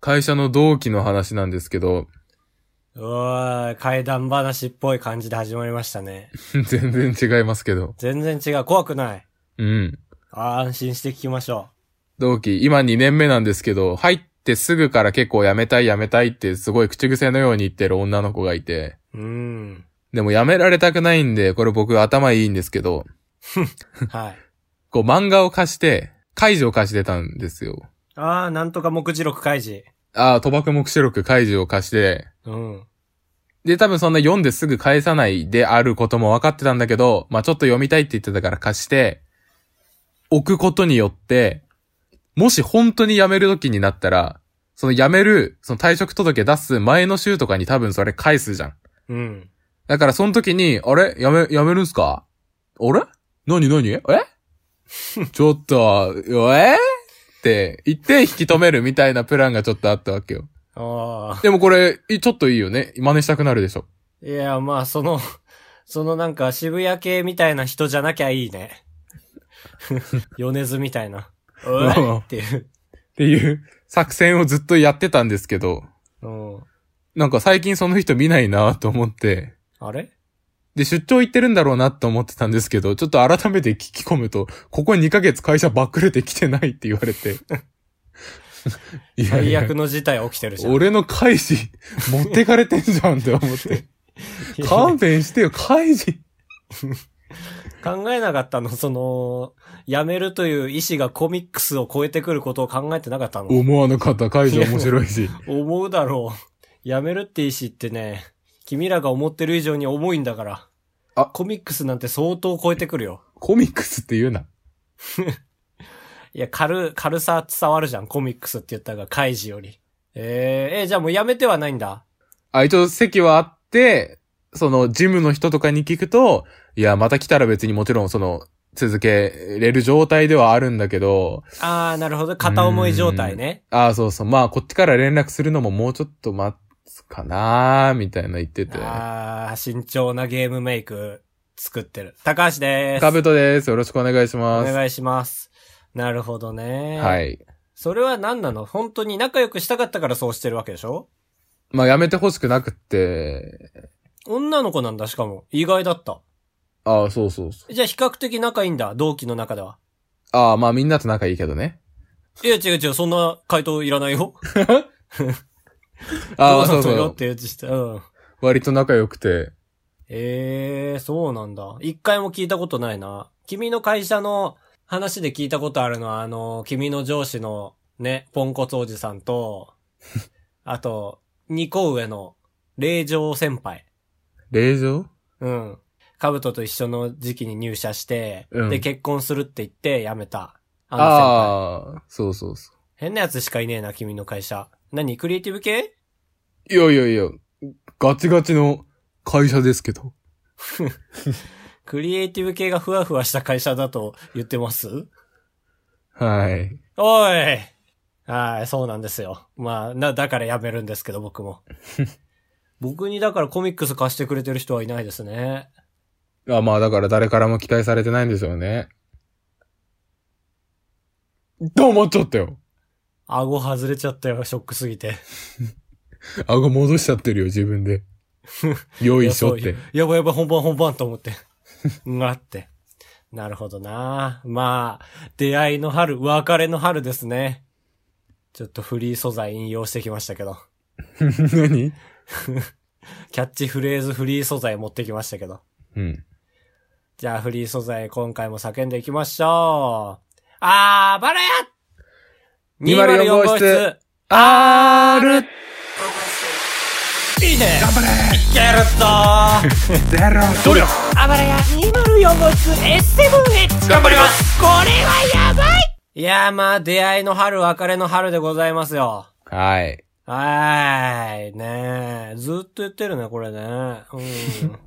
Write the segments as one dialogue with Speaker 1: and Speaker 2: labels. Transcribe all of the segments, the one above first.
Speaker 1: 会社の同期の話なんですけど、
Speaker 2: うわー、怪談話っぽい感じで始まりましたね。
Speaker 1: 全然違いますけど。
Speaker 2: 全然違う。怖くない。
Speaker 1: うん。
Speaker 2: あー安心して聞きましょ
Speaker 1: 同期、今2年目なんですけど、入ってすぐから結構辞めたい辞めたいってすごい口癖のように言ってる女の子がいて、
Speaker 2: う。うーん。
Speaker 1: でも辞められたくないんで、これ僕頭いいんですけど、
Speaker 2: はい。
Speaker 1: こう漫画を貸して、解除を貸してたんですよ。
Speaker 2: あー、なんとか目次録開示。
Speaker 1: ああ、賭博目視録解除を貸して、
Speaker 2: うん。
Speaker 1: で、多分そんな読んですぐ返さないであることも分かってたんだけど、まあちょっと読みたいって言ってたから貸して、置くことによって、もし本当に辞める時になったら、その辞める、その退職届出す前の週とかに多分それ返すじゃん。
Speaker 2: うん。
Speaker 1: だからその時に、あれやめ、やめるんすかあれ何何え ちょっと、えって言って引き止めるみたいなプランがちょっとあったわけよ。
Speaker 2: あ
Speaker 1: でもこれ、いちょっといいよね。真似したくなるでしょ。
Speaker 2: ー。いや、まあ、その、 そのなんか渋谷系みたいな人じゃなきゃいいね。 米津みたいな。うわっていう。
Speaker 1: っていう作戦をずっとやってたんですけど、
Speaker 2: うん。
Speaker 1: なんか最近その人見ないなと思って、
Speaker 2: あれ
Speaker 1: で、出張行ってるんだろうなと思ってたんですけど、ちょっと改めて聞き込むと、ここ2ヶ月会社ばっくれてきてないって言われて。いやい
Speaker 2: 最
Speaker 1: や
Speaker 2: 悪の事態起きてるじゃ ん。
Speaker 1: 俺の開示、持ってかれてんじゃんって思って。勘弁してよ、開示。
Speaker 2: 考えなかったのその、辞めるという意思がコミックスを超えてくることを考えてなかったの
Speaker 1: 思わなかった、開示面白いし。
Speaker 2: 思うだろう。辞めるって意思ってね、君らが思ってる以上に重いんだから。
Speaker 1: あ
Speaker 2: コミックスなんて相当超えてくるよ。
Speaker 1: コミックスって言うな。
Speaker 2: いや、軽、軽さ伝わるじゃん、コミックスって言ったが、カイジより。えー、えーじゃあもう辞めてはないんだ。
Speaker 1: あ、一応席はあって、その、ジムの人とかに聞くと、いや、また来たら別にもちろんその、続けれる状態ではあるんだけど、
Speaker 2: あー、なるほど。片思い状態ね。
Speaker 1: ああ、そうそう、まあ、こっちから連絡するのももうちょっと待つかなーみたいな言ってて。
Speaker 2: あー、慎重なゲームメイク作ってる。高橋でーす。
Speaker 1: カブトです。よろしくお願いし
Speaker 2: お
Speaker 1: ます。
Speaker 2: 願いします。なるほどね。
Speaker 1: はい。
Speaker 2: それは何なの本当に仲良くしたかったからそうしてるわけでしょ
Speaker 1: まあ、やめてほしくなくって、
Speaker 2: 女の子なんだ、しかも。意外だった。
Speaker 1: ああ、そうそうそう。
Speaker 2: じゃあ比較的仲いいんだ、同期の中では。
Speaker 1: ああ、まあ、みんなと仲いいけどね。
Speaker 2: いや、違う違う、そんな回答いらないよ。
Speaker 1: ああ、
Speaker 2: ど
Speaker 1: そう
Speaker 2: ぞ
Speaker 1: そう
Speaker 2: よって言ってした。うん。
Speaker 1: 割と仲良くて。
Speaker 2: ええー、そうなんだ。一回も聞いたことないな。君の会社の話で聞いたことあるのは、あの、君の上司のね、ポンコツおじさ んと、あと、二個上の霊場先輩。
Speaker 1: 令状
Speaker 2: うん。カブトと一緒の時期に入社して、
Speaker 1: うん
Speaker 2: で、結婚するって言って辞めた。あの先輩。
Speaker 1: ああ、そうそうそ
Speaker 2: 変なやつしかいねえな、君の会社。何クリエイティブ系
Speaker 1: う。いやいやいや、ガチガチの会社ですけど。
Speaker 2: クリエイティブ系がふわふわした会社だと言ってます
Speaker 1: はい。
Speaker 2: おいはい、そうなんですよ。まあ、な、だから辞めるんですけど、僕も。僕にだからコミックス貸してくれてる人はいないですね。
Speaker 1: あまあだから誰からも期待されてないんでしょうね。と思っちゃったよ。
Speaker 2: 顎外れちゃったよ、ショックすぎて。
Speaker 1: 顎戻しちゃってるよ、自分 で。よいしょっ
Speaker 2: い
Speaker 1: て。。
Speaker 2: やそうやばいやばい、本番本番と 思って。うわって。なるほどなまあ、出会いの春、別れの春ですね。ちょっとフリー素材引用してきましたけど。
Speaker 1: 何
Speaker 2: キャッチフレーズフリー素材持ってきましたけど。
Speaker 1: うん。
Speaker 2: じゃあフリー素材今回も叫んでいきましょう。あーばらや
Speaker 1: 204号室 R!
Speaker 2: いいね頑張れいけるぞー
Speaker 1: ゼロ努力
Speaker 2: あばらや204号室 S7H
Speaker 1: 頑張ります
Speaker 2: これはやばいいやーまあ出会いの春別れの春でございますよ。
Speaker 1: はい。
Speaker 2: はーい、ねえ。ずっと言ってるね、これね。うん。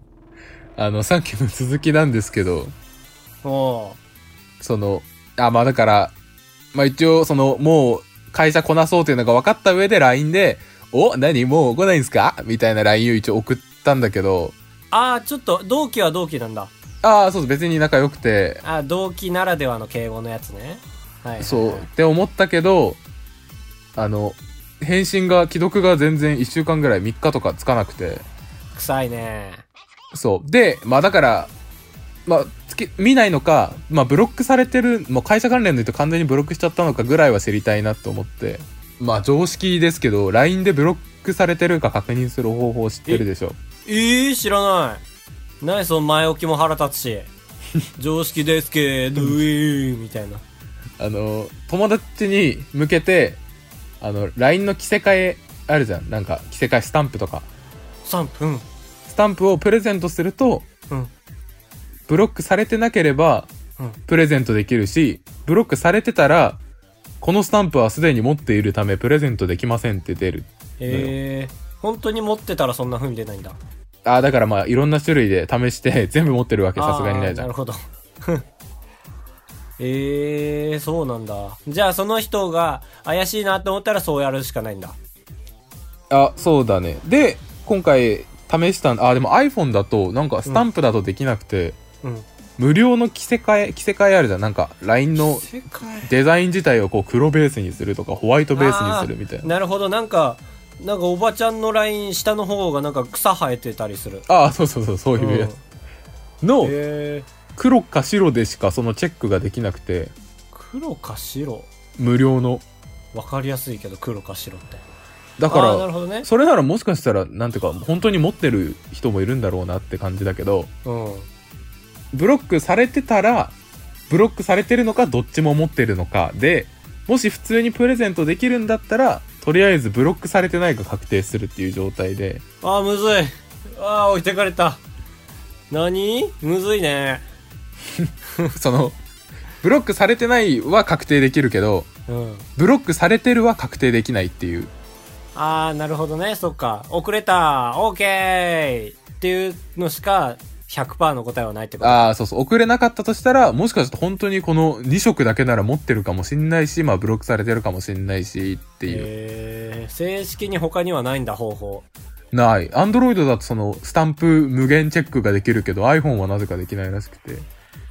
Speaker 1: あの、さっきの続きなんですけど、
Speaker 2: おう
Speaker 1: その、あ、まあだから、まあ一応、その、もう会社こなそうというのが分かった上で LINE で、お何もう来ないんすかみたいな LINE を一応送ったんだけど、
Speaker 2: あー、ちょっと、同期は同期なんだ。
Speaker 1: ああ、そうそう、別に仲良くて、
Speaker 2: あ、同期ならではの敬語のやつね。はい。
Speaker 1: そう、って思ったけど、あの、返信が、既読が全然1週間ぐらい3日とかつかなくて。
Speaker 2: 臭いね。
Speaker 1: そう。で、まあだから、まあ、つけ見ないのか、まあブロックされてる、もう会社関連で言うと完全にブロックしちゃったのかぐらいは知りたいなと思って。まあ常識ですけど、LINE でブロックされてるか確認する方法知ってるでしょ。
Speaker 2: ええー、知らない。何その前置きも腹 立つし。常識ですけど、うえーみたいな。
Speaker 1: あの、友達に向けて、あの、LINE の着せ替えあるじゃん。なんか着せ替えスタンプとか。
Speaker 2: 3分。
Speaker 1: スタンプをプレゼントすると、
Speaker 2: うん。
Speaker 1: ブロックされてなければ
Speaker 2: うん。
Speaker 1: プレゼントできるし、ブロックされてたら、このスタンプはすでに持っているためプレゼントできませんって出る。
Speaker 2: ええー、本当に持ってたらそんな風に出ないんだ。
Speaker 1: ああ、だからまあいろんな種類で試して 全部持ってるわけさすがにないじゃ
Speaker 2: あーなんる。ほど。 ええー、そうなんだ。じゃあその人が怪しいなって思ったらそうやるしかないんだ。
Speaker 1: あ、そうだね。で、今回試したんあ、でも iPhone だとなんかスタンプだとできなくて、
Speaker 2: うん。
Speaker 1: 無料の着せ替え、着せ替えあるじゃん。なんか LINE の
Speaker 2: 世界。
Speaker 1: デザイン自体をこう黒ベースにするとかホワイトベースにするみたいな。
Speaker 2: なるほど、なんか、なんかおばちゃんのライン下の方がなんか草生えてたりする。
Speaker 1: ああ、そうそうそう、そういうやつ。の、
Speaker 2: えー、
Speaker 1: 黒か白でしかそのチェックができなくて
Speaker 2: 黒か白
Speaker 1: 無料の
Speaker 2: わかりやすいけど黒か白って
Speaker 1: だ
Speaker 2: あーな
Speaker 1: か
Speaker 2: るほどね
Speaker 1: らそれならもしかしたらなんていうか本当に持ってる人もいるんだろうなって感じだけど
Speaker 2: うん
Speaker 1: ブロックされてたらブロックされてるのかどっちも持ってるのかでもし普通にプレゼントできるんだったらとりあえずブロックされてないか確定するっていう状態で
Speaker 2: あーむずいあー置いてかれた何むずいね
Speaker 1: そのブロックされてないは確定できるけど
Speaker 2: うん
Speaker 1: ブロックされてるは確定できないっていう
Speaker 2: あーなるほどねそっか遅れたオーケーっていうのしか100%の答えはないってこと
Speaker 1: ああ、そうそう。送れなかったとしたら、もしかしたら本当にこの2色だけなら持ってるかもしんないし、まあブロックされてるかもしんないしっていう。
Speaker 2: えー、正式に他にはないんだ方法
Speaker 1: ない。アンドロイドだとそのスタンプ無限チェックができるけど、iPhone はなぜかできないらしくて。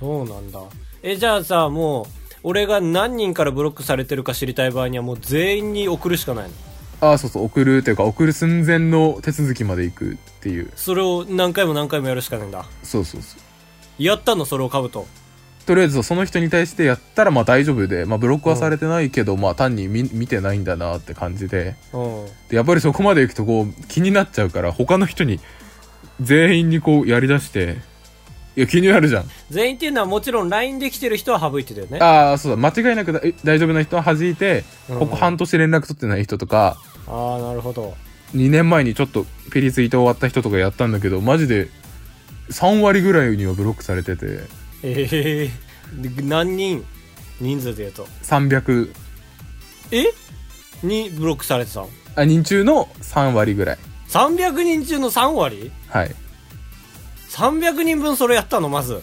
Speaker 2: そうなんだえじゃあさもう俺が何人からブロックされてるか知りたい場合にはもう全員に送るしかないの
Speaker 1: ああ、そうそう。送るというか、送る寸前の手続きまで行くっていう。
Speaker 2: それを何回も何回もやるしかないんだ
Speaker 1: そうそうそう。
Speaker 2: やったのそれをカブト
Speaker 1: とりあえずその人に対してやったらまあ大丈夫で、まあブロックはされてないけど、まあ単に見見てないんだなって感じで。
Speaker 2: うん
Speaker 1: でやっぱりそこまで行くとこう気になっちゃうから他の人に全員にこうやりだしていや気になるじゃん
Speaker 2: 全員っていうのはもちろん LINE できてる人は省いてたよね
Speaker 1: ああそうだ間違いなくだえ大丈夫な人は弾いて
Speaker 2: うん
Speaker 1: ここ半年連絡取ってない人とか
Speaker 2: ああなるほど
Speaker 1: 2年前にちょっとピリツイート終わった人とかやったんだけどマジで3割ぐらいにはブロックされてて
Speaker 2: ええー、で何人人数で言うと
Speaker 1: 300
Speaker 2: えにブロックされてたの
Speaker 1: あ人中の3割ぐらい
Speaker 2: 300人中の3割
Speaker 1: はい
Speaker 2: 300人分それやったのまず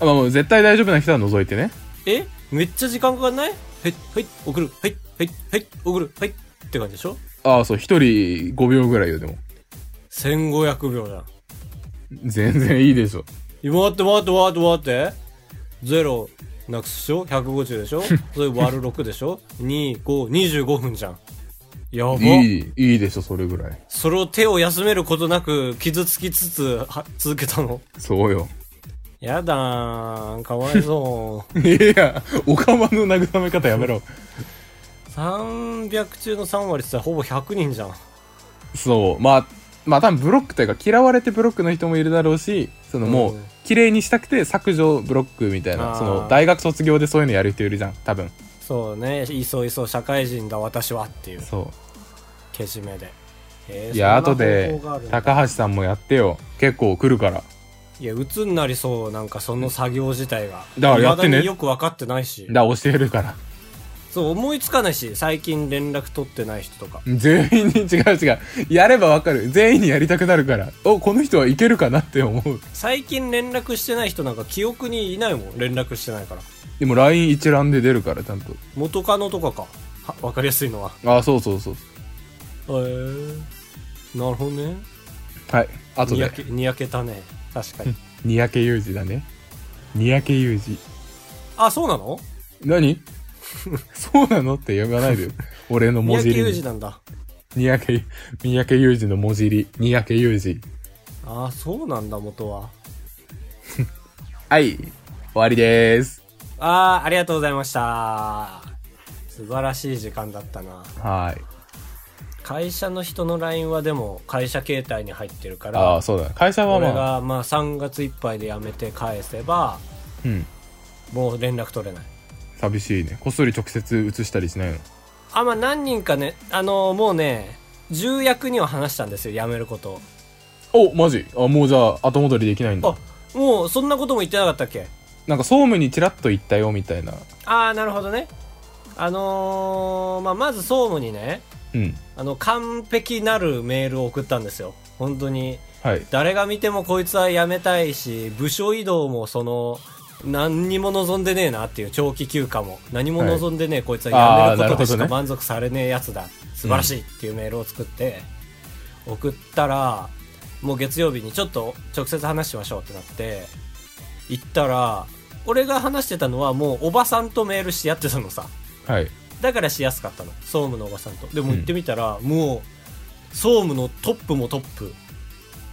Speaker 1: あまあもう絶対大丈夫な人は除いてね
Speaker 2: えめっちゃ時間かかんないはいはい送るはいはいはい送るはいって感じでしょ
Speaker 1: ああそう1人5秒ぐらいよでも
Speaker 2: 1500秒じゃん
Speaker 1: 全然いいでしょ
Speaker 2: 待って待って待って待ってゼロなくすでしょ150でしょ それ割る6でしょ2525分じゃんやば
Speaker 1: いいいいでしょそれぐらい
Speaker 2: それを手を休めることなく傷つきつつは続けたの
Speaker 1: そうよ
Speaker 2: やだーんかわいそう
Speaker 1: いや、おかまの慰め方やめろ。
Speaker 2: 300中の3割って言ったらほぼ100人じゃん
Speaker 1: そう。まあ、まあ多分ブロックというか嫌われてブロックの人もいるだろうし、そのもう
Speaker 2: うん、
Speaker 1: 綺麗にしたくて削除ブロックみたい
Speaker 2: あ
Speaker 1: な、
Speaker 2: ー
Speaker 1: その大学卒業でそういうのやる人いるじゃん、多分。
Speaker 2: そうねいそいそ社会人だ私はっていう
Speaker 1: そ
Speaker 2: けじめでえ
Speaker 1: う。
Speaker 2: ー
Speaker 1: いや、
Speaker 2: そ
Speaker 1: 後
Speaker 2: んな方
Speaker 1: で
Speaker 2: 法があるん、だ
Speaker 1: 高橋さんもやってよ。結構来るから。
Speaker 2: いや鬱になりそうなんかその作業自体が
Speaker 1: だからやってね
Speaker 2: 未だによく分かってないし
Speaker 1: だ、教えるから。
Speaker 2: そう思いつかないし最近連絡取ってない人とか
Speaker 1: 全員に違う違う。やればわかる。全員にやりたくなるから。お、この人はいけるかなって思う。
Speaker 2: 最近連絡してない人なんか記憶にいないもん連絡してないから
Speaker 1: でも LINE 一覧で出るから、ちゃんと。
Speaker 2: 元カノとかかは分かりやすいのは
Speaker 1: あ、そうそうそう。
Speaker 2: へえなるほどね
Speaker 1: はい。後
Speaker 2: にや
Speaker 1: で。
Speaker 2: けにやけたね確かに
Speaker 1: 三宅裕二だね三宅裕二
Speaker 2: あそうなの
Speaker 1: 何そうなのって言わないでよ俺の
Speaker 2: 三
Speaker 1: 文字
Speaker 2: 宅
Speaker 1: 入
Speaker 2: 裕
Speaker 1: り
Speaker 2: 二。なんだ。
Speaker 1: 三宅、三宅裕二の文字入り。三宅裕二。
Speaker 2: ああ、そうなんだ、元は。
Speaker 1: はい。終わりです。
Speaker 2: ああ、ありがとうございました。素晴らしい時間だったな。
Speaker 1: はい。
Speaker 2: 会社の人の LINE はでも会社携帯に入ってるか
Speaker 1: ああ、
Speaker 2: ら、
Speaker 1: そうだ。会社は
Speaker 2: 俺
Speaker 1: まあ、
Speaker 2: がまあ3月いっぱいで辞めて返せば、
Speaker 1: うん。
Speaker 2: もう連絡取れない。
Speaker 1: 寂しいね。こっそり直接移したりしないの。
Speaker 2: あ、まあ何人かね、あのもうね、重役には話したんですよ、辞めることを。
Speaker 1: お、マジあ、もうじゃあ、後戻りできないんだ
Speaker 2: あ。、もうそんなことも言ってなかったっけ
Speaker 1: なんか、総務にチラッと行ったよ、みたいな。
Speaker 2: ああ、なるほどね。あのーまあまず総務にね、
Speaker 1: うん。
Speaker 2: あの、完璧なるメールを送ったんですよ。本当に。
Speaker 1: はい。
Speaker 2: 誰が見てもこいつは辞めたいし、部署移動もその、何にも望んでねえなっていう長期休暇も。何も望んでねえ、こいつ
Speaker 1: あー
Speaker 2: は辞めることで
Speaker 1: なるほど
Speaker 2: し
Speaker 1: ね
Speaker 2: か満足されねえやつだ。素晴らしいっていうメールを作って、送ったら、もう月曜日にちょっと直接話しましょうってなって、行ったら、俺が話してたのはもうおばさんとメールしてやってたのさ。
Speaker 1: はい。
Speaker 2: だからしやすかったの総務のおばさんとでも行ってみたら、もう総務のトップもトップ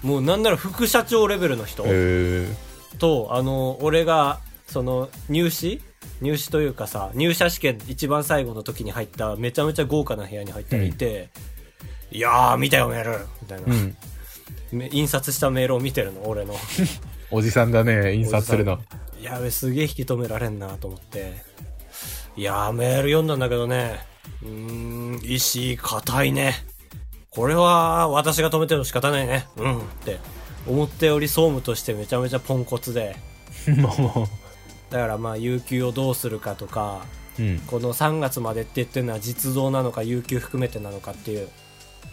Speaker 2: もうなんなら副社長レベルの人
Speaker 1: えー。
Speaker 2: と、あの俺がその入試入試というかさ入社試験一番最後の時に入っためちゃめちゃ豪華な部屋に入ったらいて、いやー見たよメールみたいな
Speaker 1: う、ん。
Speaker 2: め印刷したメールを見てるの俺の
Speaker 1: おじさんだね、印刷するの。
Speaker 2: やべすげえ引き止められんなと思っていやーメール読んだんだけどねうーん意志固いねこれは私が止めても仕方ないねうんって思ったより総務としてめちゃめちゃポンコツで
Speaker 1: も
Speaker 2: だからまあ有給をどうするかとか
Speaker 1: う。うん。
Speaker 2: この3月までって言ってるのは実像なのか有給含めてなのかっていう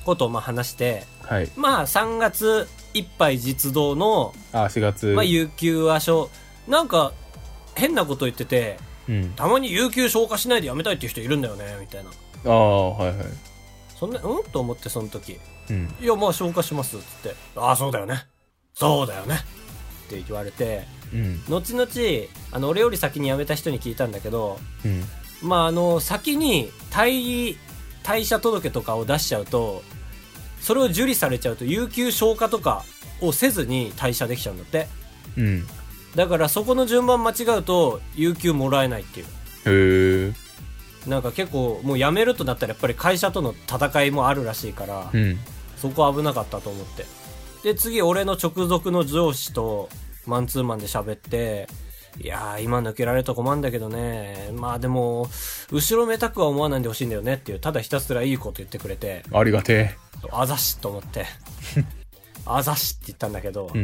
Speaker 2: ことをまあ話して
Speaker 1: はい。
Speaker 2: まあ3月いっぱい実動の
Speaker 1: あ、4月。
Speaker 2: まあ、有給はしょなんか変なこと言ってて
Speaker 1: うん。
Speaker 2: たまに有給消化しないで辞めたいっていう人いるんだよねみたいな
Speaker 1: ああ、はいはい。
Speaker 2: そんなうんと思ってその時
Speaker 1: うん。
Speaker 2: 「いやまあ消化します」っつって「ああそうだよねそうだよね」って言われて
Speaker 1: うん。
Speaker 2: 後々あの俺より先に辞めた人に聞いたんだけど
Speaker 1: うん。
Speaker 2: まああの先に退退社届とかを出しちゃうとそれを受理されちゃうと有給消化とかをせずに退社できちゃうんだって
Speaker 1: うん。
Speaker 2: だからそこの順番間違うと有給もらえないっていう
Speaker 1: へえ。
Speaker 2: なんか結構もう辞めるとなったらやっぱり会社との戦いもあるらしいから、
Speaker 1: うん。
Speaker 2: そこ危なかったと思ってで次俺の直属の上司とマンツーマンで喋っていやー今抜けられると困んだけどねまあでも後ろめたくは思わないでほしいんだよねっていうただひたすらいいこと言ってくれて
Speaker 1: ありがて
Speaker 2: あざしと思って あざしって言ったんだけど、
Speaker 1: え。う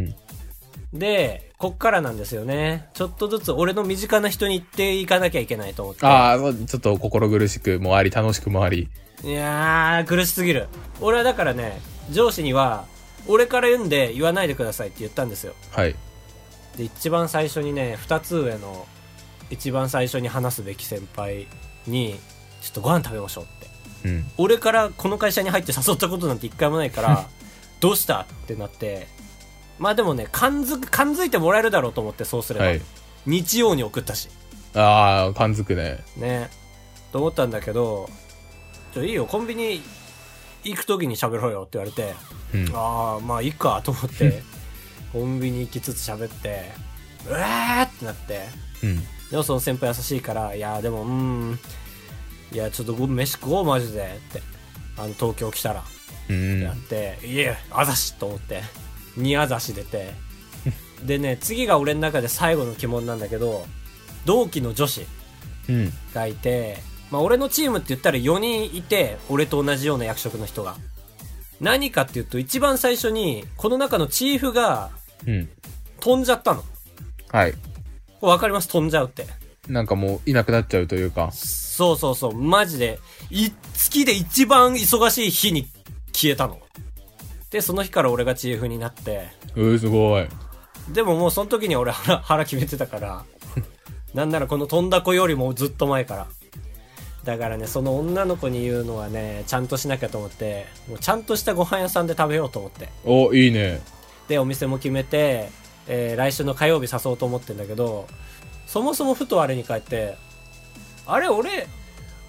Speaker 1: ん。
Speaker 2: で、こっからなんですよね。ちょっとずつ俺の身近な人に言っていかなきゃいけないと思って。
Speaker 1: ああ、そうちょっと心苦しくもあり、楽しくもあり。
Speaker 2: いやー、苦しすぎる。俺はだからね、上司には、俺から言うんで言わないでくださいって言ったんですよ。
Speaker 1: はい。
Speaker 2: で、一番最初にね、二つ上の、一番最初に話すべき先輩に、ちょっとご飯食べましょうって。
Speaker 1: うん。
Speaker 2: 俺からこの会社に入って誘ったことなんて一回もないから、 どうしたってなって、まあでもね、感づく、感づいてもらえるだろうと思ってそうすれば。
Speaker 1: はい。
Speaker 2: 日曜に送ったし。
Speaker 1: ああ、感づくね。
Speaker 2: ねと思ったんだけど「ちょいいよコンビニ行く時に喋ろうよ」って言われて
Speaker 1: うん。
Speaker 2: 「ああまあいいか」と思 ってコンビニ行きつつ喋って「うわ!」ってなって
Speaker 1: うん。
Speaker 2: でもその先輩優しいから「いやでもうーんいやちょっとご飯食おうマジで」ってあの東京来たら
Speaker 1: う
Speaker 2: やっ
Speaker 1: ん。
Speaker 2: て「いえあざし!」と思って2あざし出 てでね次が俺の中で最後の鬼門なんだけど同期の女子
Speaker 1: うん。
Speaker 2: がいて、まあ、俺のチームって言ったら4人いて俺と同じような役職の人が何かっていうと一番最初にこの中のチーフが
Speaker 1: うん。
Speaker 2: 飛んじゃったの
Speaker 1: はい。
Speaker 2: これわかります飛んじゃうって
Speaker 1: なんかもういなくなっちゃうというか。
Speaker 2: そうそうそうマジでい月で一番忙しい日に消えたのでその日から俺がチーフになって
Speaker 1: うー、すごい。
Speaker 2: でももうその時には俺腹 腹決めてたからなんならこの飛んだ子よりもずっと前からだからねその女の子に言うのはねちゃんとしなきゃと思ってもうちゃんとしたご飯屋さんで食べようと思って
Speaker 1: お、いいね。
Speaker 2: でお店も決めて、えー来週の火曜日誘おうと思ってんだけどそもそもふとあれに帰ってあれ俺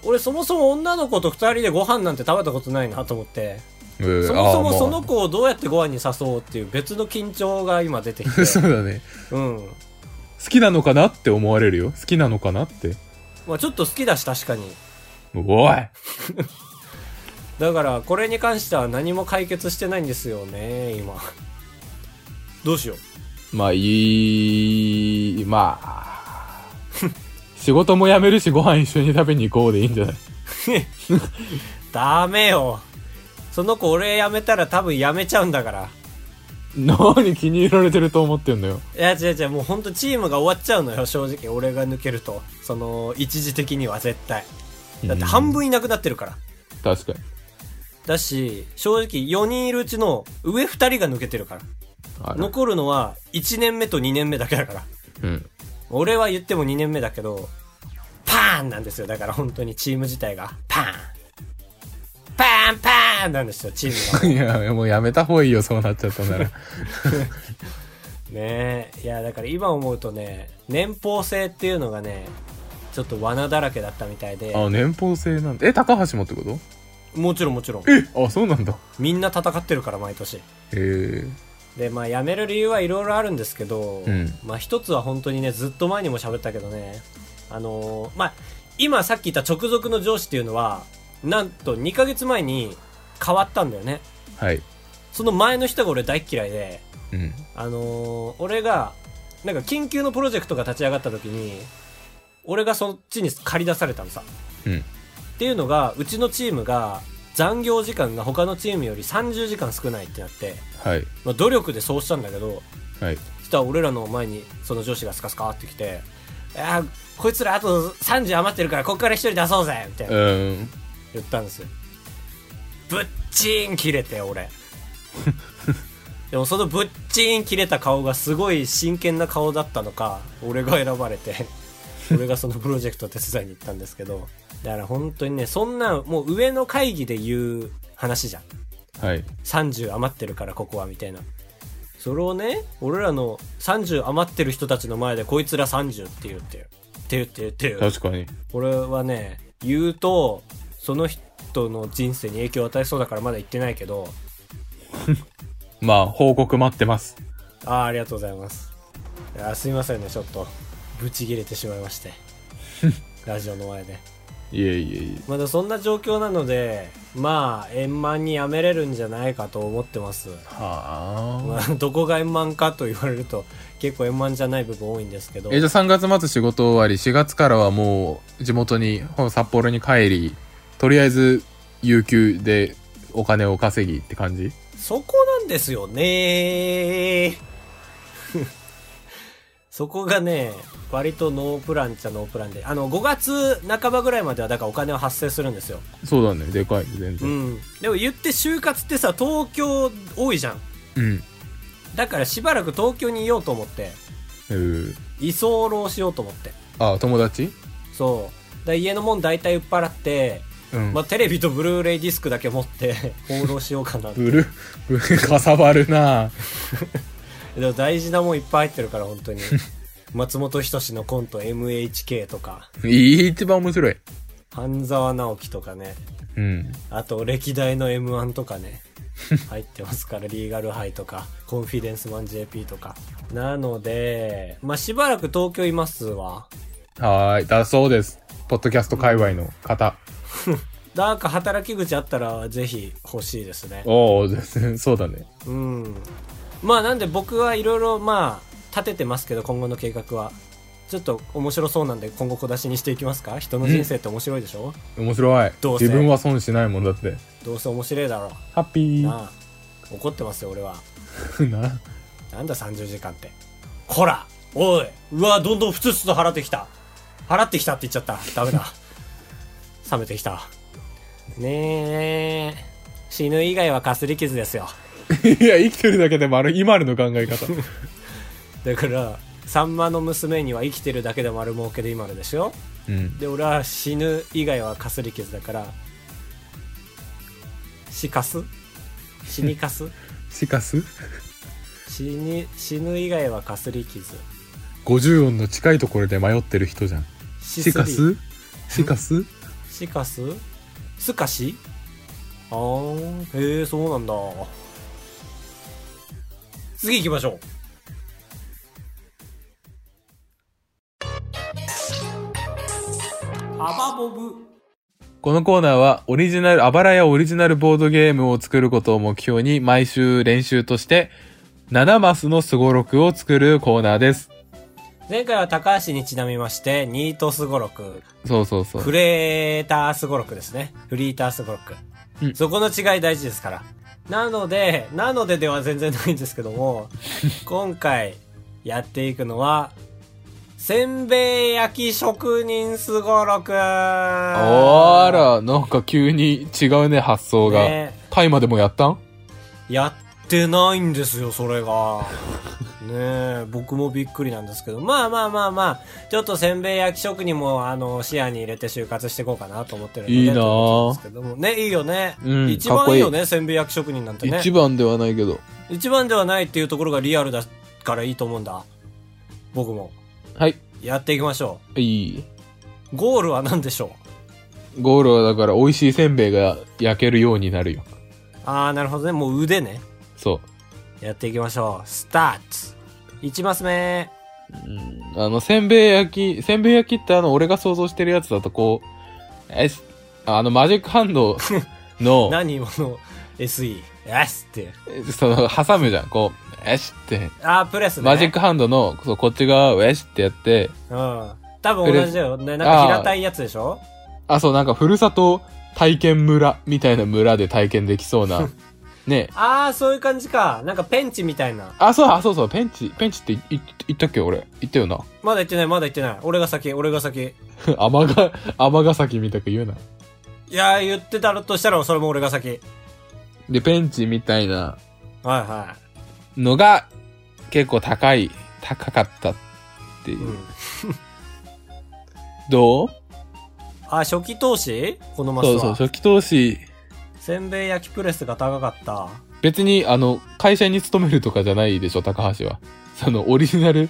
Speaker 2: 俺そもそも女の子と二人でご飯なんて食べたことないなと思って、
Speaker 1: うー
Speaker 2: そもそも
Speaker 1: あー
Speaker 2: そ
Speaker 1: ま
Speaker 2: の子をどうやってご飯に誘おうっていう別の緊張が今出てきて
Speaker 1: あ、 そうだね。
Speaker 2: うん。
Speaker 1: 好きなのかなって思われるよ。好きなのかなって。
Speaker 2: まあちょっと好きだし確かに。
Speaker 1: おい
Speaker 2: だからこれに関しては何も解決してないんですよね、今。どうしよ。
Speaker 1: まあ、いい、まあ、仕事も辞めるし、ご飯一緒に食べに行こうでいいん じゃないう
Speaker 2: ダメよ。その子俺辞めたら多分辞めちゃうんだから。
Speaker 1: 何気に入られてると思ってんのよ。
Speaker 2: いや違う違う、もうほんとチームが終わっちゃうのよ、正直。俺が抜けると。その、一時的には絶対。だって半分いなくなってるから。
Speaker 1: 確かに。
Speaker 2: だし、正直4人いるうちの上2人が抜けてるから。
Speaker 1: あら
Speaker 2: 残るのは1年目と2年目だけだから。
Speaker 1: うん。
Speaker 2: 俺は言っても2年目だけど、パーンなんですよ。だから本当にチーム自体が。パーンパーンパーンなんですよ、チー ム が。
Speaker 1: いや、もうやめた方がいいよ、そうなっちゃったなら。
Speaker 2: ねえ。いや、だから今思うとね、年俸制っていうのがね、ちょっと罠だらけだったみたい で、
Speaker 1: あ、年俸制なんだ。え、高橋もってこと
Speaker 2: もちろんもちろん。
Speaker 1: えあ、そうなんだ。
Speaker 2: みんな戦ってるから、毎年。
Speaker 1: へえ。
Speaker 2: で、まあ辞める理由はいろいろあるんですけど、
Speaker 1: うん
Speaker 2: まあ一つは本当にね、ずっと前にも喋ったけどね、あのーまあ、今さっき言った直属の上司っていうのは、なんと2ヶ月前に変わったんだよね。
Speaker 1: はい。
Speaker 2: その前の人が俺大っ嫌いで、
Speaker 1: うん。
Speaker 2: あのー俺が、なんか緊急のプロジェクトが立ち上がった時に、俺がそっちに借り出されたのさ。
Speaker 1: うん。
Speaker 2: っていうのが、うちのチームが残業時間が他のチームより30時間少ないってなって、
Speaker 1: はい。
Speaker 2: まあ、努力でそうしたんだけど、
Speaker 1: はい。
Speaker 2: そしたら俺らの前にその上司がスカスカってきて、あこいつらあと30余ってるからこっから一人出そうぜみたいうな
Speaker 1: ーん。
Speaker 2: 言ったんですよ。ぶっちーん切れて、俺。でもそのぶっちーん切れた顔がすごい真剣な顔だったのか、俺が選ばれて、俺がそのプロジェクト手伝いに行ったんですけど、だから本当にね、そんな、もう上の会議で言う話じゃん。
Speaker 1: はい。
Speaker 2: 30余ってるからここはみたいなそれをね俺らの30余ってる人たちの前でこいつら30って言うっていうって言うって言うって言う
Speaker 1: 確かに。
Speaker 2: これはね言うとその人の人生に影響を与えそうだからまだ言ってないけど
Speaker 1: まあ、報告待ってます。
Speaker 2: あーありがとうございますいやーすいませんねちょっとブチ切れてしまいまして ラジオの前で
Speaker 1: いえいえいえ。
Speaker 2: まだそんな状況なのでまあ円満にやめれるんじゃないかと思ってます
Speaker 1: はあ。
Speaker 2: まあ、 どこが円満かと言われると結構円満じゃない部分多いんですけど
Speaker 1: え、じゃあ3月末仕事終わり、4月からはもう地元に、ほ札幌に帰り、とりあえず有給でお金を稼ぎって感じ
Speaker 2: そこなんですよね そこがね割とノープランっちゃノープランであの5月半ばぐらいまではだからお金を発生するんですよ、
Speaker 1: そうだね。でかい、全
Speaker 2: う
Speaker 1: 然。
Speaker 2: ん、でも言って就活ってさ東京多いじゃん
Speaker 1: うん。
Speaker 2: だからしばらく東京にいようと思って
Speaker 1: うん。
Speaker 2: 居候しようと思って
Speaker 1: あ、友達
Speaker 2: そうだ家のもん大体売っ払って
Speaker 1: うん。
Speaker 2: まあ、テレビとブルーレイディスクだけ持って 放浪しようかなって
Speaker 1: ブル、 ブル、かさばるな
Speaker 2: でも大事なもんいっぱい入ってるから本当に松本人志のコント MHK とか
Speaker 1: いい、一番面白い。
Speaker 2: 半沢直樹とかね
Speaker 1: うん。
Speaker 2: あと歴代の m 1とかね入ってますからリーガルハイとかコンフィデンスマン JP とかなのでまあしばらく東京いますわ
Speaker 1: はーい。だそうです。ポッドキャスト界隈の方。
Speaker 2: なんか働き口あったらぜひ欲しいですね
Speaker 1: おお全然、そうだね。
Speaker 2: うん。まあなんで僕はいろいろまあ立ててますけど今後の計画は。ちょっと面白そうなんで今後小出しにしていきますか人の人生って面白いでしょ
Speaker 1: 面白い。
Speaker 2: どうせ
Speaker 1: 自分は損しないもんだって。
Speaker 2: どうせ面白いだろ
Speaker 1: ハッピ
Speaker 2: う。
Speaker 1: ー。
Speaker 2: なあ。怒ってますよ俺は。
Speaker 1: な。
Speaker 2: なんだ30時間って。こらおいうわどんどんふつふつと払ってきた払ってきたって言っちゃった。ダメだ。 冷めてきた。ねえ。死ぬ以外はかすり傷ですよ。
Speaker 1: いや、生きてるだけで丸、今あるの考え方。
Speaker 2: だから、さんまの娘には生きてるだけで丸儲けで今るでしょ
Speaker 1: うん。
Speaker 2: で俺は死ぬ以外はかすり傷だから死かす死にかす
Speaker 1: しかす
Speaker 2: 死に死ぬ以外はかすり傷
Speaker 1: ?50 音の近いところで迷ってる人じゃん。
Speaker 2: 死
Speaker 1: しか
Speaker 2: すり
Speaker 1: すしかす
Speaker 2: シカススカシあー、へえ、そうなんだ。次行きましょう。アバボブ。
Speaker 1: このコーナーはオリジナル、あばらやオリジナルボードゲームを作ることを目標に毎週練習として7マスのすごろくを作るコーナーです。
Speaker 2: 前回は高橋にちなみまして、ニートスゴロク、
Speaker 1: そうそうそう
Speaker 2: フ。レータースゴロクですね。フリータースゴロク。
Speaker 1: うん
Speaker 2: そこの違い大事ですから。なので、なのででは全然ないんですけど も、今回やっていくのは、せんべい焼き職人すごろくお
Speaker 1: あら、なんか急に違うね、発想が。
Speaker 2: ね
Speaker 1: タイまでもやったん
Speaker 2: やってないんですよ、それ が。ねえ、僕もびっくりなんですけど。まあまあまあまあ、ちょっとせんべい焼き職人も、あの、視野に入れて就活していこうかなと思ってるんで。
Speaker 1: いいなあ
Speaker 2: と思ってるんですけどもね、いいよね。
Speaker 1: うん
Speaker 2: 一
Speaker 1: かっ
Speaker 2: 番
Speaker 1: こ
Speaker 2: い
Speaker 1: い
Speaker 2: い
Speaker 1: い
Speaker 2: よね、せんべい焼き職人なんてね。
Speaker 1: 一番ではないけど。
Speaker 2: 一番ではないっていうところがリアルだからいいと思うんだ。僕も。
Speaker 1: はい。
Speaker 2: やっていきましょ
Speaker 1: いい。
Speaker 2: う。ゴールは何でしょう
Speaker 1: ゴールはだから美味しいせんべいが焼けるようになるよ。
Speaker 2: あー、なるほどね。もう腕ね。
Speaker 1: そ
Speaker 2: やっていきましょう。スタート !1 マス目。
Speaker 1: う。うん、あの、せんべい焼き、せんべい焼きってあの、俺が想像してるやつだとこう、え、あの、マジックハンドの、
Speaker 2: 何今の SE。よしって。
Speaker 1: その、挟むじゃん。こう、えしって、
Speaker 2: あー、プレスね。
Speaker 1: マジックハンドの、そうこっち側をえしってやって、
Speaker 2: うん。多分同じだよね。なんか平たいやつでしょ
Speaker 1: あ、そう、なんか、ふるさと体験村みたいな村で体験できそうな、ね。
Speaker 2: あー、そういう感じか。なんかペンチみたいな。
Speaker 1: あ、そう、あ、そうそう、ペンチ、ペンチっていい言ったっけ俺。言ったよな。
Speaker 2: まだ言ってない、まだ言ってない。俺が先、俺が先。
Speaker 1: 天が、天ヶ崎みたく言うな。
Speaker 2: いやー、言ってたらとしたら、それも俺が先。
Speaker 1: で、ペンチみたいな
Speaker 2: はいは
Speaker 1: のが、結構高い、高かったってい
Speaker 2: い。
Speaker 1: う。
Speaker 2: うん。
Speaker 1: どう
Speaker 2: あー、初期投資このマスは。
Speaker 1: そうそう、初期投資、
Speaker 2: せんべい焼きプレスが高かった。
Speaker 1: 別に、あの、会社に勤めるとかじゃないでしょ、高橋は。その、オリジナル、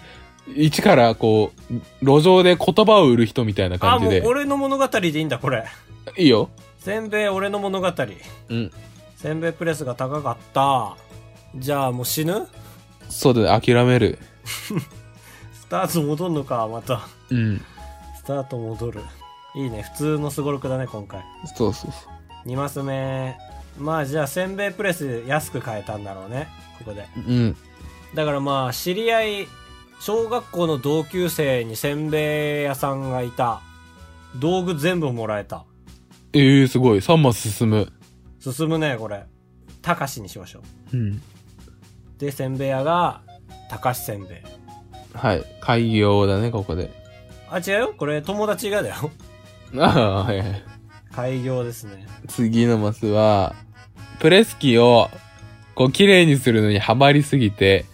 Speaker 1: 一からこう、路上で言葉を売る人みたいな
Speaker 2: あー、
Speaker 1: 感じ
Speaker 2: もう
Speaker 1: で。
Speaker 2: 俺の物語でいいんだ、これ。
Speaker 1: いいよ。
Speaker 2: せんべい俺の物語。
Speaker 1: うん。
Speaker 2: せんべいプレスが高かった。じゃあもう死ぬ
Speaker 1: そうだね、諦める。
Speaker 2: スタート戻んのか、また。
Speaker 1: うん。
Speaker 2: スタート戻る。いいね。普通のすごろくだね、今回。
Speaker 1: そうそうそ
Speaker 2: 2マス目。まあじゃあ、せんべいプレス安く買えたんだろうね。ここで。
Speaker 1: う。うん。
Speaker 2: だからまあ、知り合い、小学校の同級生にせんべい屋さんがいた。道具全部もらえた。
Speaker 1: ええー、すごい。3マス進む。
Speaker 2: 進むね、これ。たかしにしましょう。
Speaker 1: うん。
Speaker 2: で、せんべい屋が、たかしせんべい。
Speaker 1: はい。開業だね、ここで。
Speaker 2: あ、違うよ。これ、友達がだよ。
Speaker 1: ああ、はいはい。
Speaker 2: 開業ですね。
Speaker 1: 次のマスは、プレス機を、こう、綺麗にするのにハマりすぎて、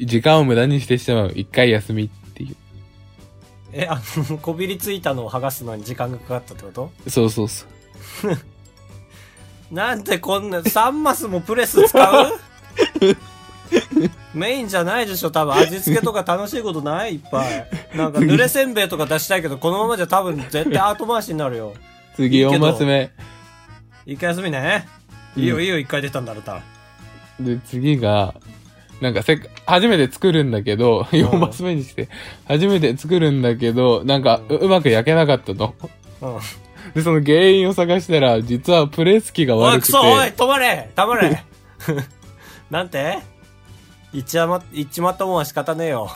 Speaker 1: 時間を無駄にしてしまう。一回休みってい
Speaker 2: え、あの、こびりついたのを剥がすのに時間がかかったってこと
Speaker 1: う。そうそうそう。
Speaker 2: なんでこんな、3マスもプレス使うメインじゃないでしょ、多分。味付けとか楽しいことないいっぱい。なんか、濡れせんべいとか出したいけど、このままじゃ多分絶対後回しになるよ。
Speaker 1: 次
Speaker 2: いいけ
Speaker 1: 4
Speaker 2: ど
Speaker 1: マス目。
Speaker 2: 一回休みね。いいよ、
Speaker 1: うん
Speaker 2: いいよ、一回出たんだろ、多分。
Speaker 1: で、次が、なんかせっ、初めて作るんだけど、4マス目にして、初めて作るんだけど、なんか、ううまく焼けなかったと。
Speaker 2: うん。
Speaker 1: で、その原因を探したら、実はプレス機が
Speaker 2: おい、
Speaker 1: 悪
Speaker 2: ク
Speaker 1: くて、
Speaker 2: ソ、おい、止まれ止まれ なんていっちゃま、いっちまったもんは仕方ねえよ。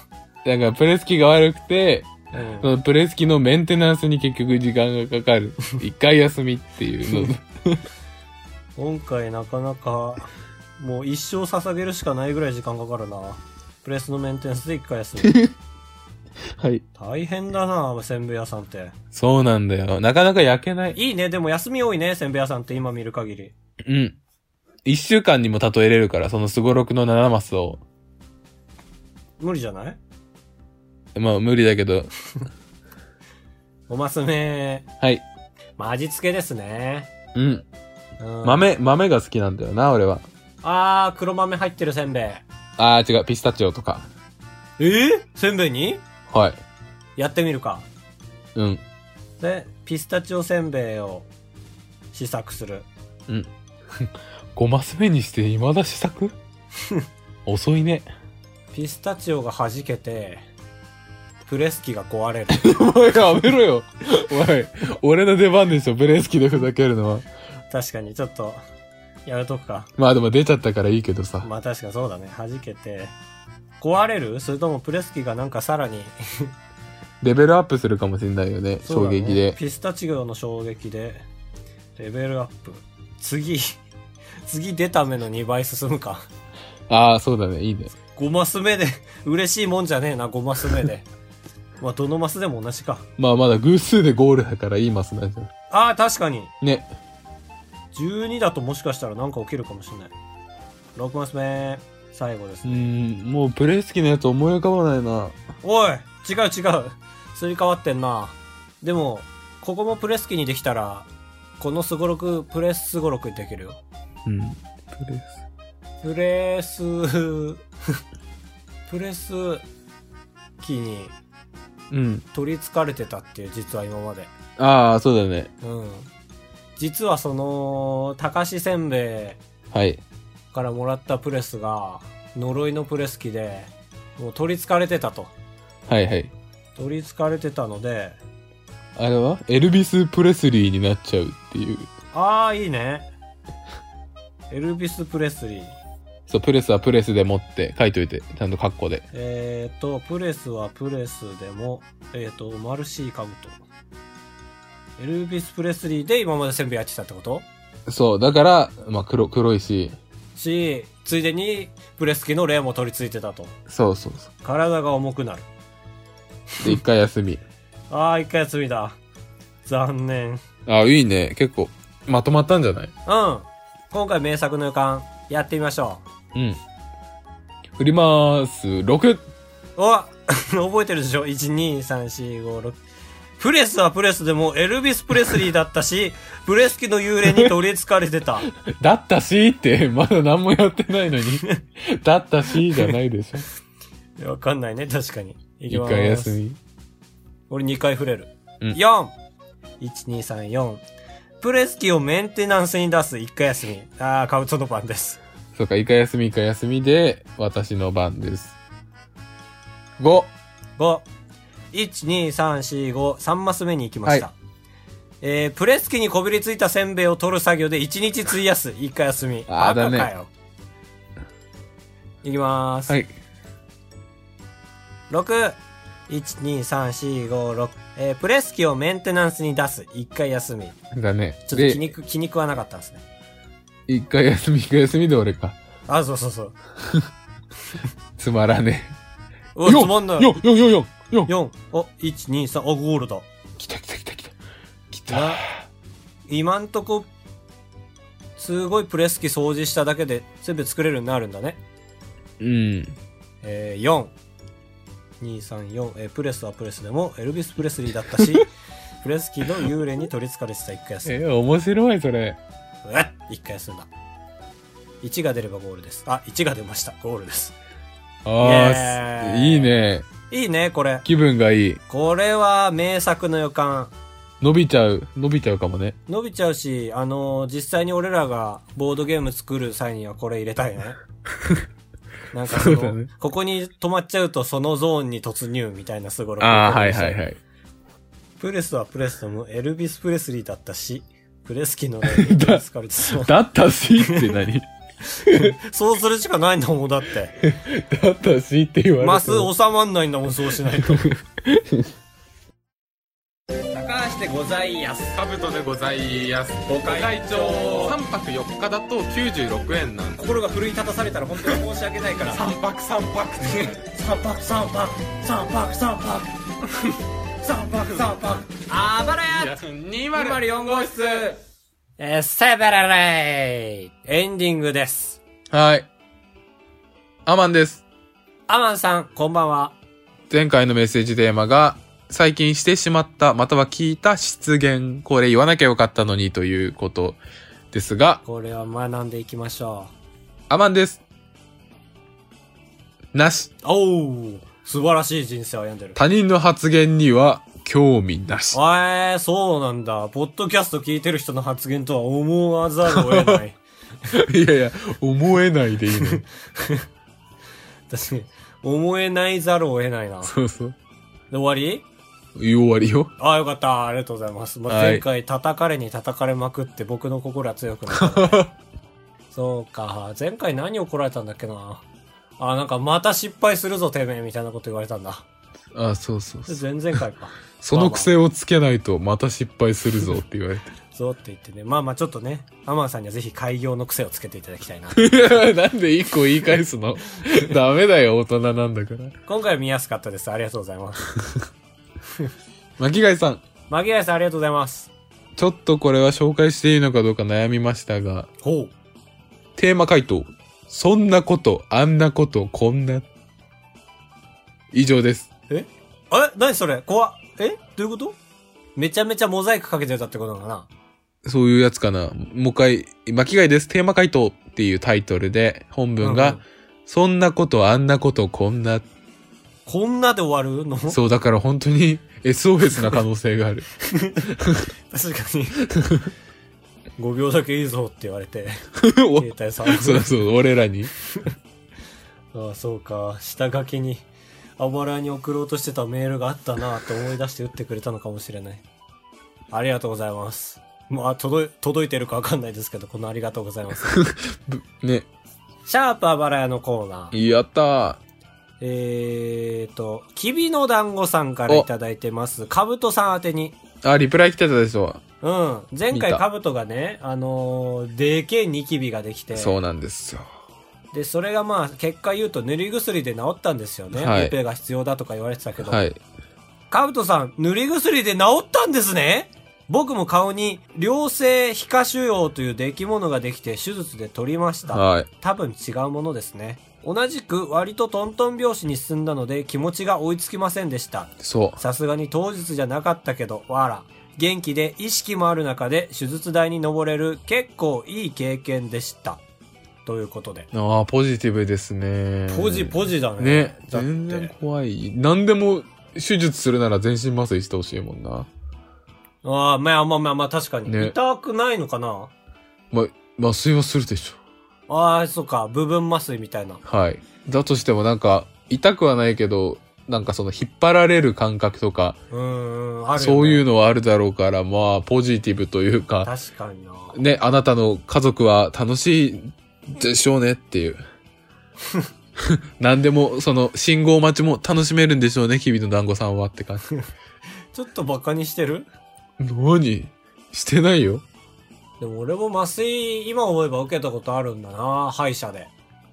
Speaker 1: なんかプレス機が悪くて、
Speaker 2: うん
Speaker 1: そのプレス機のメンテナンスに結局時間がかかる。 一回休みっていうの。
Speaker 2: 今回なかなかもう一生捧げるしかないぐらい時間かかるなプレスのメンテナンスで一回休む
Speaker 1: はい。
Speaker 2: 大変だなせんべい屋さんって
Speaker 1: そうなんだよ。なかなか焼けない。
Speaker 2: いいねでも休み多いねせんべい屋さんって今見る限り
Speaker 1: うん。一週間にも例えれるから、そのスゴロクの7マスを。
Speaker 2: 無理じゃない
Speaker 1: まあ無理だけど。
Speaker 2: おますめ
Speaker 1: はい。
Speaker 2: まあ味付けですね、
Speaker 1: うん。
Speaker 2: うん、
Speaker 1: 豆、豆が好きなんだよな、俺は。
Speaker 2: あー黒豆入ってるせんべい
Speaker 1: あー違う、ピスタチオとか。
Speaker 2: えー、せんべいに
Speaker 1: はい。
Speaker 2: やってみるか
Speaker 1: うん。
Speaker 2: で、ピスタチオせんべいを試作する。
Speaker 1: 5マス目にして未だ試 作遅いね。
Speaker 2: ピスタチオが弾けて、プレス機が壊れる。
Speaker 1: お前やめろよ。 おい、俺の出番でしょ、ブレスキでふざけるのは。
Speaker 2: 確かに、ちょっと、やめとくか。
Speaker 1: まあでも出ちゃったからいいけどさ。
Speaker 2: まあ確かにそうだね。弾けて、壊れるそれともプレス機がなんかさらに、
Speaker 1: レベルアップするかもしんないよね、
Speaker 2: そ
Speaker 1: 衝
Speaker 2: うだね
Speaker 1: 撃で。
Speaker 2: ピスタチオの衝撃で、レベルアップ。次、 次出た目の2倍進むか。
Speaker 1: ああ、そうだね、いいね。
Speaker 2: 5マス目で、嬉しいもんじゃねえな、5マス目で。 まあ、どのマスでも同じか。
Speaker 1: まあまだ偶数でゴールだからいいマスなんじゃない
Speaker 2: ああ、確かに。
Speaker 1: ね。
Speaker 2: 12だともしかしたらなんか起きるかもしれない。6マス目、最後です
Speaker 1: う
Speaker 2: ね。
Speaker 1: ん、もうプレスキのやつ思い浮かばないな。
Speaker 2: おい違う違うすり替わってんな。でも、ここもプレス機にできたら、このすごろく、プレスすごろくにできるよ。
Speaker 1: うん。プレ
Speaker 2: プレス、 プレス機に
Speaker 1: ス。うん。
Speaker 2: 取り憑かれてたっていう、実は今まで。
Speaker 1: ああ、そうだね。
Speaker 2: うん。実はその、たかしせんべ
Speaker 1: はい。
Speaker 2: いからもらったプレスが、呪いのプレス機で、もう取り憑かれてたと。
Speaker 1: はいはい。
Speaker 2: 取り憑かれてたので、
Speaker 1: あれはエルビス・プレスリーになっちゃうっていう。
Speaker 2: ああ、いいね。エルビス・プレスリー。
Speaker 1: そう、プレスはプレスで持って書いといて、ちゃんとカッコで。
Speaker 2: えっ、ー、と、プレスはプレスでも、えっ、ー、と、マルシーカウント。エルビス・プレスリーで今まで全部やってたってこと
Speaker 1: そう、だから、まあ黒、黒いし。
Speaker 2: し、ついでに、プレス機の霊も取り付いてたと。
Speaker 1: そうそうそ
Speaker 2: 体が重くなる。
Speaker 1: う。で、一回休 み。
Speaker 2: ああ、一回休みだ。残念。うん。
Speaker 1: ああ、いいね。結構、まとまったんじゃない
Speaker 2: 今回名作の予感、やってみましょ
Speaker 1: うん。振りまーす。6!
Speaker 2: う。お 覚えてるでしょ ?1、2、3、4、5、6。プレスはプレスでも、エルビス・プレスリーだったし、プレス機の幽霊に取り憑かれてた。
Speaker 1: だったしーって、 まだ何もやってない のに。だったしーじゃないでしょ。
Speaker 2: いやわかんないね、確かに。いき
Speaker 1: 一
Speaker 2: ます
Speaker 1: 回休み。
Speaker 2: 俺2回触れる。
Speaker 1: うん
Speaker 2: 4 !1、2、3、4。プレス機をメンテナンスに出す1回休み。あー、カウントの番です。
Speaker 1: そうか、一回休み、一回休みで、私の番です。5!
Speaker 2: 5。1、2、3、4、5。3マス目に行きました。
Speaker 1: は
Speaker 2: えー、プレス機にこびりついたせんべいを取る作業で1日費やす1回休み。
Speaker 1: あー
Speaker 2: バカ
Speaker 1: だね
Speaker 2: かよ。いきまーす。
Speaker 1: はい。
Speaker 2: 6 1 2 3 4 5 6えー、プレス機をメンテナンスに出す1回休み
Speaker 1: だね。
Speaker 2: ちょっと気
Speaker 1: で、
Speaker 2: にく気に食わなかったんですね
Speaker 1: 一回休み、一回休みで俺か。
Speaker 2: あそうそうそう
Speaker 1: つまらね
Speaker 2: うわ
Speaker 1: よっ
Speaker 2: つまんない
Speaker 1: え。よ、よ、よ、よ、よ。
Speaker 2: 4お123あゴールだ
Speaker 1: 来た来た来た来た。来た。
Speaker 2: な今んとこすごいプレス機掃除しただけで全部作れるようになるんだね
Speaker 1: うん。
Speaker 2: えー、4234、えープレスはプレスでもエルビス・プレスリーだったし プレス機の幽霊に取りつかれてた1回休み
Speaker 1: え、面白い、それ。
Speaker 2: うわっ一回休んだ。1が出ればゴールです。あ、1が出ました。ゴールです。
Speaker 1: ああ、
Speaker 2: イエーイ
Speaker 1: いいね。
Speaker 2: いいね、これ。
Speaker 1: 気分がいい。
Speaker 2: これは名作の予感。
Speaker 1: 伸びちゃう、伸びちゃうかもね。
Speaker 2: 伸びちゃうし、あのー実際に俺らがボードゲーム作る際にはこれ入れたいね。 なんかその
Speaker 1: そうだね
Speaker 2: ここに止まっちゃうとそのゾーンに突入みたいなすごろく
Speaker 1: ああ、はいはいはい。
Speaker 2: プレスはプレスでもエルビス・プレスリーだったし、プレス機のね、に取りつかれてしまう
Speaker 1: だったしって何
Speaker 2: そうするしかないんだもん、だって。
Speaker 1: だったしって言われても
Speaker 2: マス収まんないんだもん、そうしないと。 高橋でございやす。
Speaker 1: カブトでございます。ご
Speaker 2: 会長
Speaker 1: 3泊4日だと96円なん
Speaker 2: 心が奮い立たされたら本当に申し訳ないから三泊三泊三泊三泊三泊三泊三泊三泊あばらや
Speaker 1: 204号室
Speaker 2: えー、セベレレイエンディングです
Speaker 1: はい。アマンです。
Speaker 2: アマンさんこんばんは
Speaker 1: 前回のメッセージテーマが、最近してしまった、または聞いた失言、これ言わなきゃよかったのにということですが、
Speaker 2: これは学んでいきましょ
Speaker 1: アマンです。なし。
Speaker 2: うおお素晴らしい人生を歩んでる
Speaker 1: 他人の発言には興味なし。
Speaker 2: えー、そうなんだ。ポッドキャスト聞いてる人の発言とは思わざるを得 ない。
Speaker 1: いやいや、思えないでいいの。
Speaker 2: 確かに。思えないざるを得ないな。
Speaker 1: そうそう。
Speaker 2: で、終わり
Speaker 1: 終わりよ。
Speaker 2: ああ、よかった。ありがとうございます。まあ、
Speaker 1: はい
Speaker 2: 前回叩かれに叩かれまくって僕の心は強くなったね、そうか。前回何怒られたんだっけな。あ、なんかまた失敗するぞ、てめえ、みたいなこと言われたんだ。
Speaker 1: あ、そうそう
Speaker 2: で
Speaker 1: そう。
Speaker 2: 前々回か。
Speaker 1: その癖をつけないとまた失敗するぞって言われ
Speaker 2: そうって言ってね。まあまあちょっとね、アマンさんにはぜひ開業の癖をつけていただきたいな。
Speaker 1: て。なんで一個言い返す のダメだよ、大人なんだから。
Speaker 2: 今回は見やすかったです。ありがとうございます。
Speaker 1: 巻貝さん、
Speaker 2: マギアイさんありがとうございます。
Speaker 1: ちょっとこれは紹介していいのかどうか悩みましたが、
Speaker 2: ほう。
Speaker 1: テーマ回答。そんなこと、あんなこと、こんな。以上です。
Speaker 2: ええ何それ怖っえどういうことめちゃめちゃモザイクかけてたってことかな
Speaker 1: そういうやつかな。もう一回、巻貝です。テーマ回答っていうタイトルで、本文が、
Speaker 2: うんうん
Speaker 1: そんなこと、あんなこと、こんな。
Speaker 2: こんなで終わるの
Speaker 1: そう、だから本当に SOS な可能性 がある。
Speaker 2: 確かに。5秒だけいいぞって言われて、
Speaker 1: お
Speaker 2: 携帯さ
Speaker 1: そうそう、俺らに。
Speaker 2: ああ、そうか。下書きに、あばらに送ろうとしてたメールがあったなって思い出して打ってくれたのかもしれない。ありがとうございます。まあ、届い、届いてるかわかんないですけど、このありがとうございます。
Speaker 1: ぶね、
Speaker 2: シャープあばら屋のコーナー。
Speaker 1: やった
Speaker 2: えーと、きびの団子さんからいただいてます。かぶとさん宛てに。
Speaker 1: ー。あ、リプライ来てたでしょ。
Speaker 2: うん。前回
Speaker 1: 見た
Speaker 2: かぶとがね、あのーでけえニキビができて。
Speaker 1: そうなんですよ。
Speaker 2: で、それがまあ、結果言うと塗り薬で治ったんですよね。
Speaker 1: はい
Speaker 2: オペが必要だとか言われてたけど。
Speaker 1: はい。
Speaker 2: カブトさん、塗り薬で治ったんですね僕も顔に良性皮下腫瘍という出来物ができて手術で取りました。
Speaker 1: はい。
Speaker 2: 多分違うものですね。同じく割とトントン拍子に進んだので気持ちが追いつきませんでした。
Speaker 1: そう。
Speaker 2: さすがに当日じゃなかったけど、わら。元気で意識もある中で手術台に登れる結構いい経験でした。ということで。
Speaker 1: ああ、ポジティブですね。
Speaker 2: ポジポジだね。
Speaker 1: ね。
Speaker 2: だっ
Speaker 1: 全然
Speaker 2: て。
Speaker 1: 怖い。何でも手術するなら全身麻酔してほしいもんな。
Speaker 2: ああ、まあまあまあまあ確かに。
Speaker 1: ね
Speaker 2: 痛くないのかな
Speaker 1: ま、麻酔はするでしょ。
Speaker 2: ああ、そうか。部分麻酔みたいな。
Speaker 1: はい。だとしてもなんか、痛くはないけど、なんかその引っ張られる感覚とか、
Speaker 2: うーん、あるよ、ね。
Speaker 1: そういう
Speaker 2: う。
Speaker 1: のはあるだろうから、まあ、ポジティブというか、
Speaker 2: 確かにな。
Speaker 1: ね、あなたの家族は楽しいでしょうねっていう。 何でも、その、信号待ちも楽しめるんでしょうね、日々の団子さんはって感じ。
Speaker 2: ちょっとバカにしてる
Speaker 1: 何してないよ。
Speaker 2: でも俺も麻酔、今思えば受けたことあるんだな。歯医者で。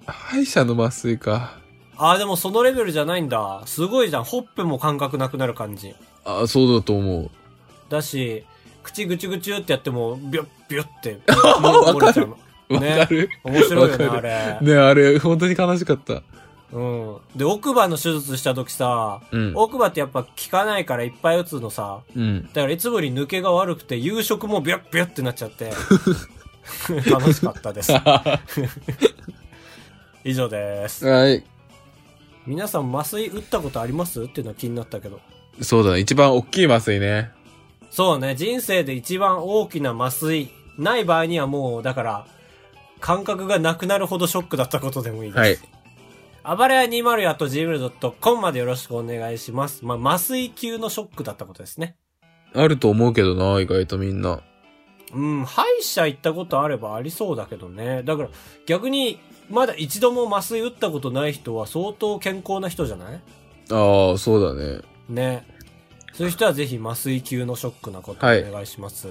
Speaker 1: 歯医者の麻酔か。
Speaker 2: ああ、でもそのレベルじゃないんだ。すごいじゃん。ほっぺも感覚なくなる感じ。
Speaker 1: あ、そうだと思う。
Speaker 2: だし、口ぐちゅぐちゅってやっても、ビュッビュ ッって。
Speaker 1: わかる
Speaker 2: 漏れちゃうの。
Speaker 1: わ
Speaker 2: ね
Speaker 1: かる、
Speaker 2: 面白いよね、
Speaker 1: わ
Speaker 2: あ
Speaker 1: かる
Speaker 2: れ。
Speaker 1: ねあれ、本当に悲しかった。
Speaker 2: うん。で、奥歯の手術した時さ、
Speaker 1: うん
Speaker 2: 奥歯ってやっぱ効かないからいっぱい打つのさ。
Speaker 1: うん。
Speaker 2: だからいつもより抜けが悪くて、夕食もビュッビュッってなっちゃって。 楽しかっ たです。以上です。
Speaker 1: はい。
Speaker 2: 皆さん麻酔打ったことありますっていうのは気になったけど。
Speaker 1: そうだね。一番大きい麻酔ね。
Speaker 2: そうね、人生で一番大きな麻酔。ない場合にはもう、だから、感覚がなくなるほどショックだったことでもいいです。
Speaker 1: はい。
Speaker 2: 暴れや 20.gmail.com までよろしくお願いします。まあ、麻酔級のショックだったことですね。
Speaker 1: あると思うけどな、意外とみんな。
Speaker 2: うん、歯医者行ったことあればありそうだけどね。だから、逆に、まだ一度も麻酔打ったことない人は相当健康な人じゃない
Speaker 1: ああ、そうだね。
Speaker 2: ね。そういう人はぜひ麻酔級のショックなことをお願いします。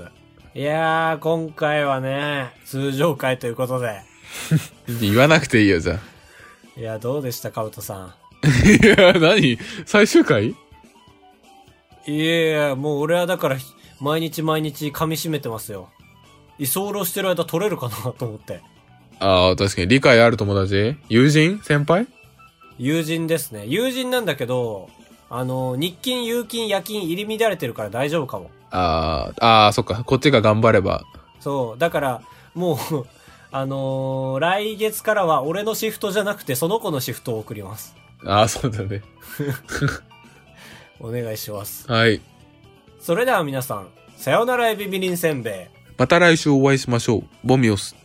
Speaker 2: い、やー、今回はね、通常回ということで。
Speaker 1: 言わなくていいよ、じゃあ。
Speaker 2: いや、どうでした、カウトさ
Speaker 1: いや、何最終回
Speaker 2: ん。いやいや、もう俺はだから、ひ毎日毎日噛み締めてますよ。居候してる間取れるかなと思って。
Speaker 1: ああ、確かに。理解ある友達友人先輩
Speaker 2: 友人ですね。友人なんだけど、あの、日勤、夕勤、夜勤入り乱れてるから大丈夫かも。
Speaker 1: ああ、ああ、そっか。こっちが頑張れば。
Speaker 2: そう。だから、もう、 あのー来月からは俺のシフトじゃなくてその子のシフトを送ります。
Speaker 1: ああ、そうだね。
Speaker 2: お願いします。
Speaker 1: はい。
Speaker 2: それでは皆さん、さようならエビビリンせんべい。
Speaker 1: また来週お会いしましょう。ボミオス。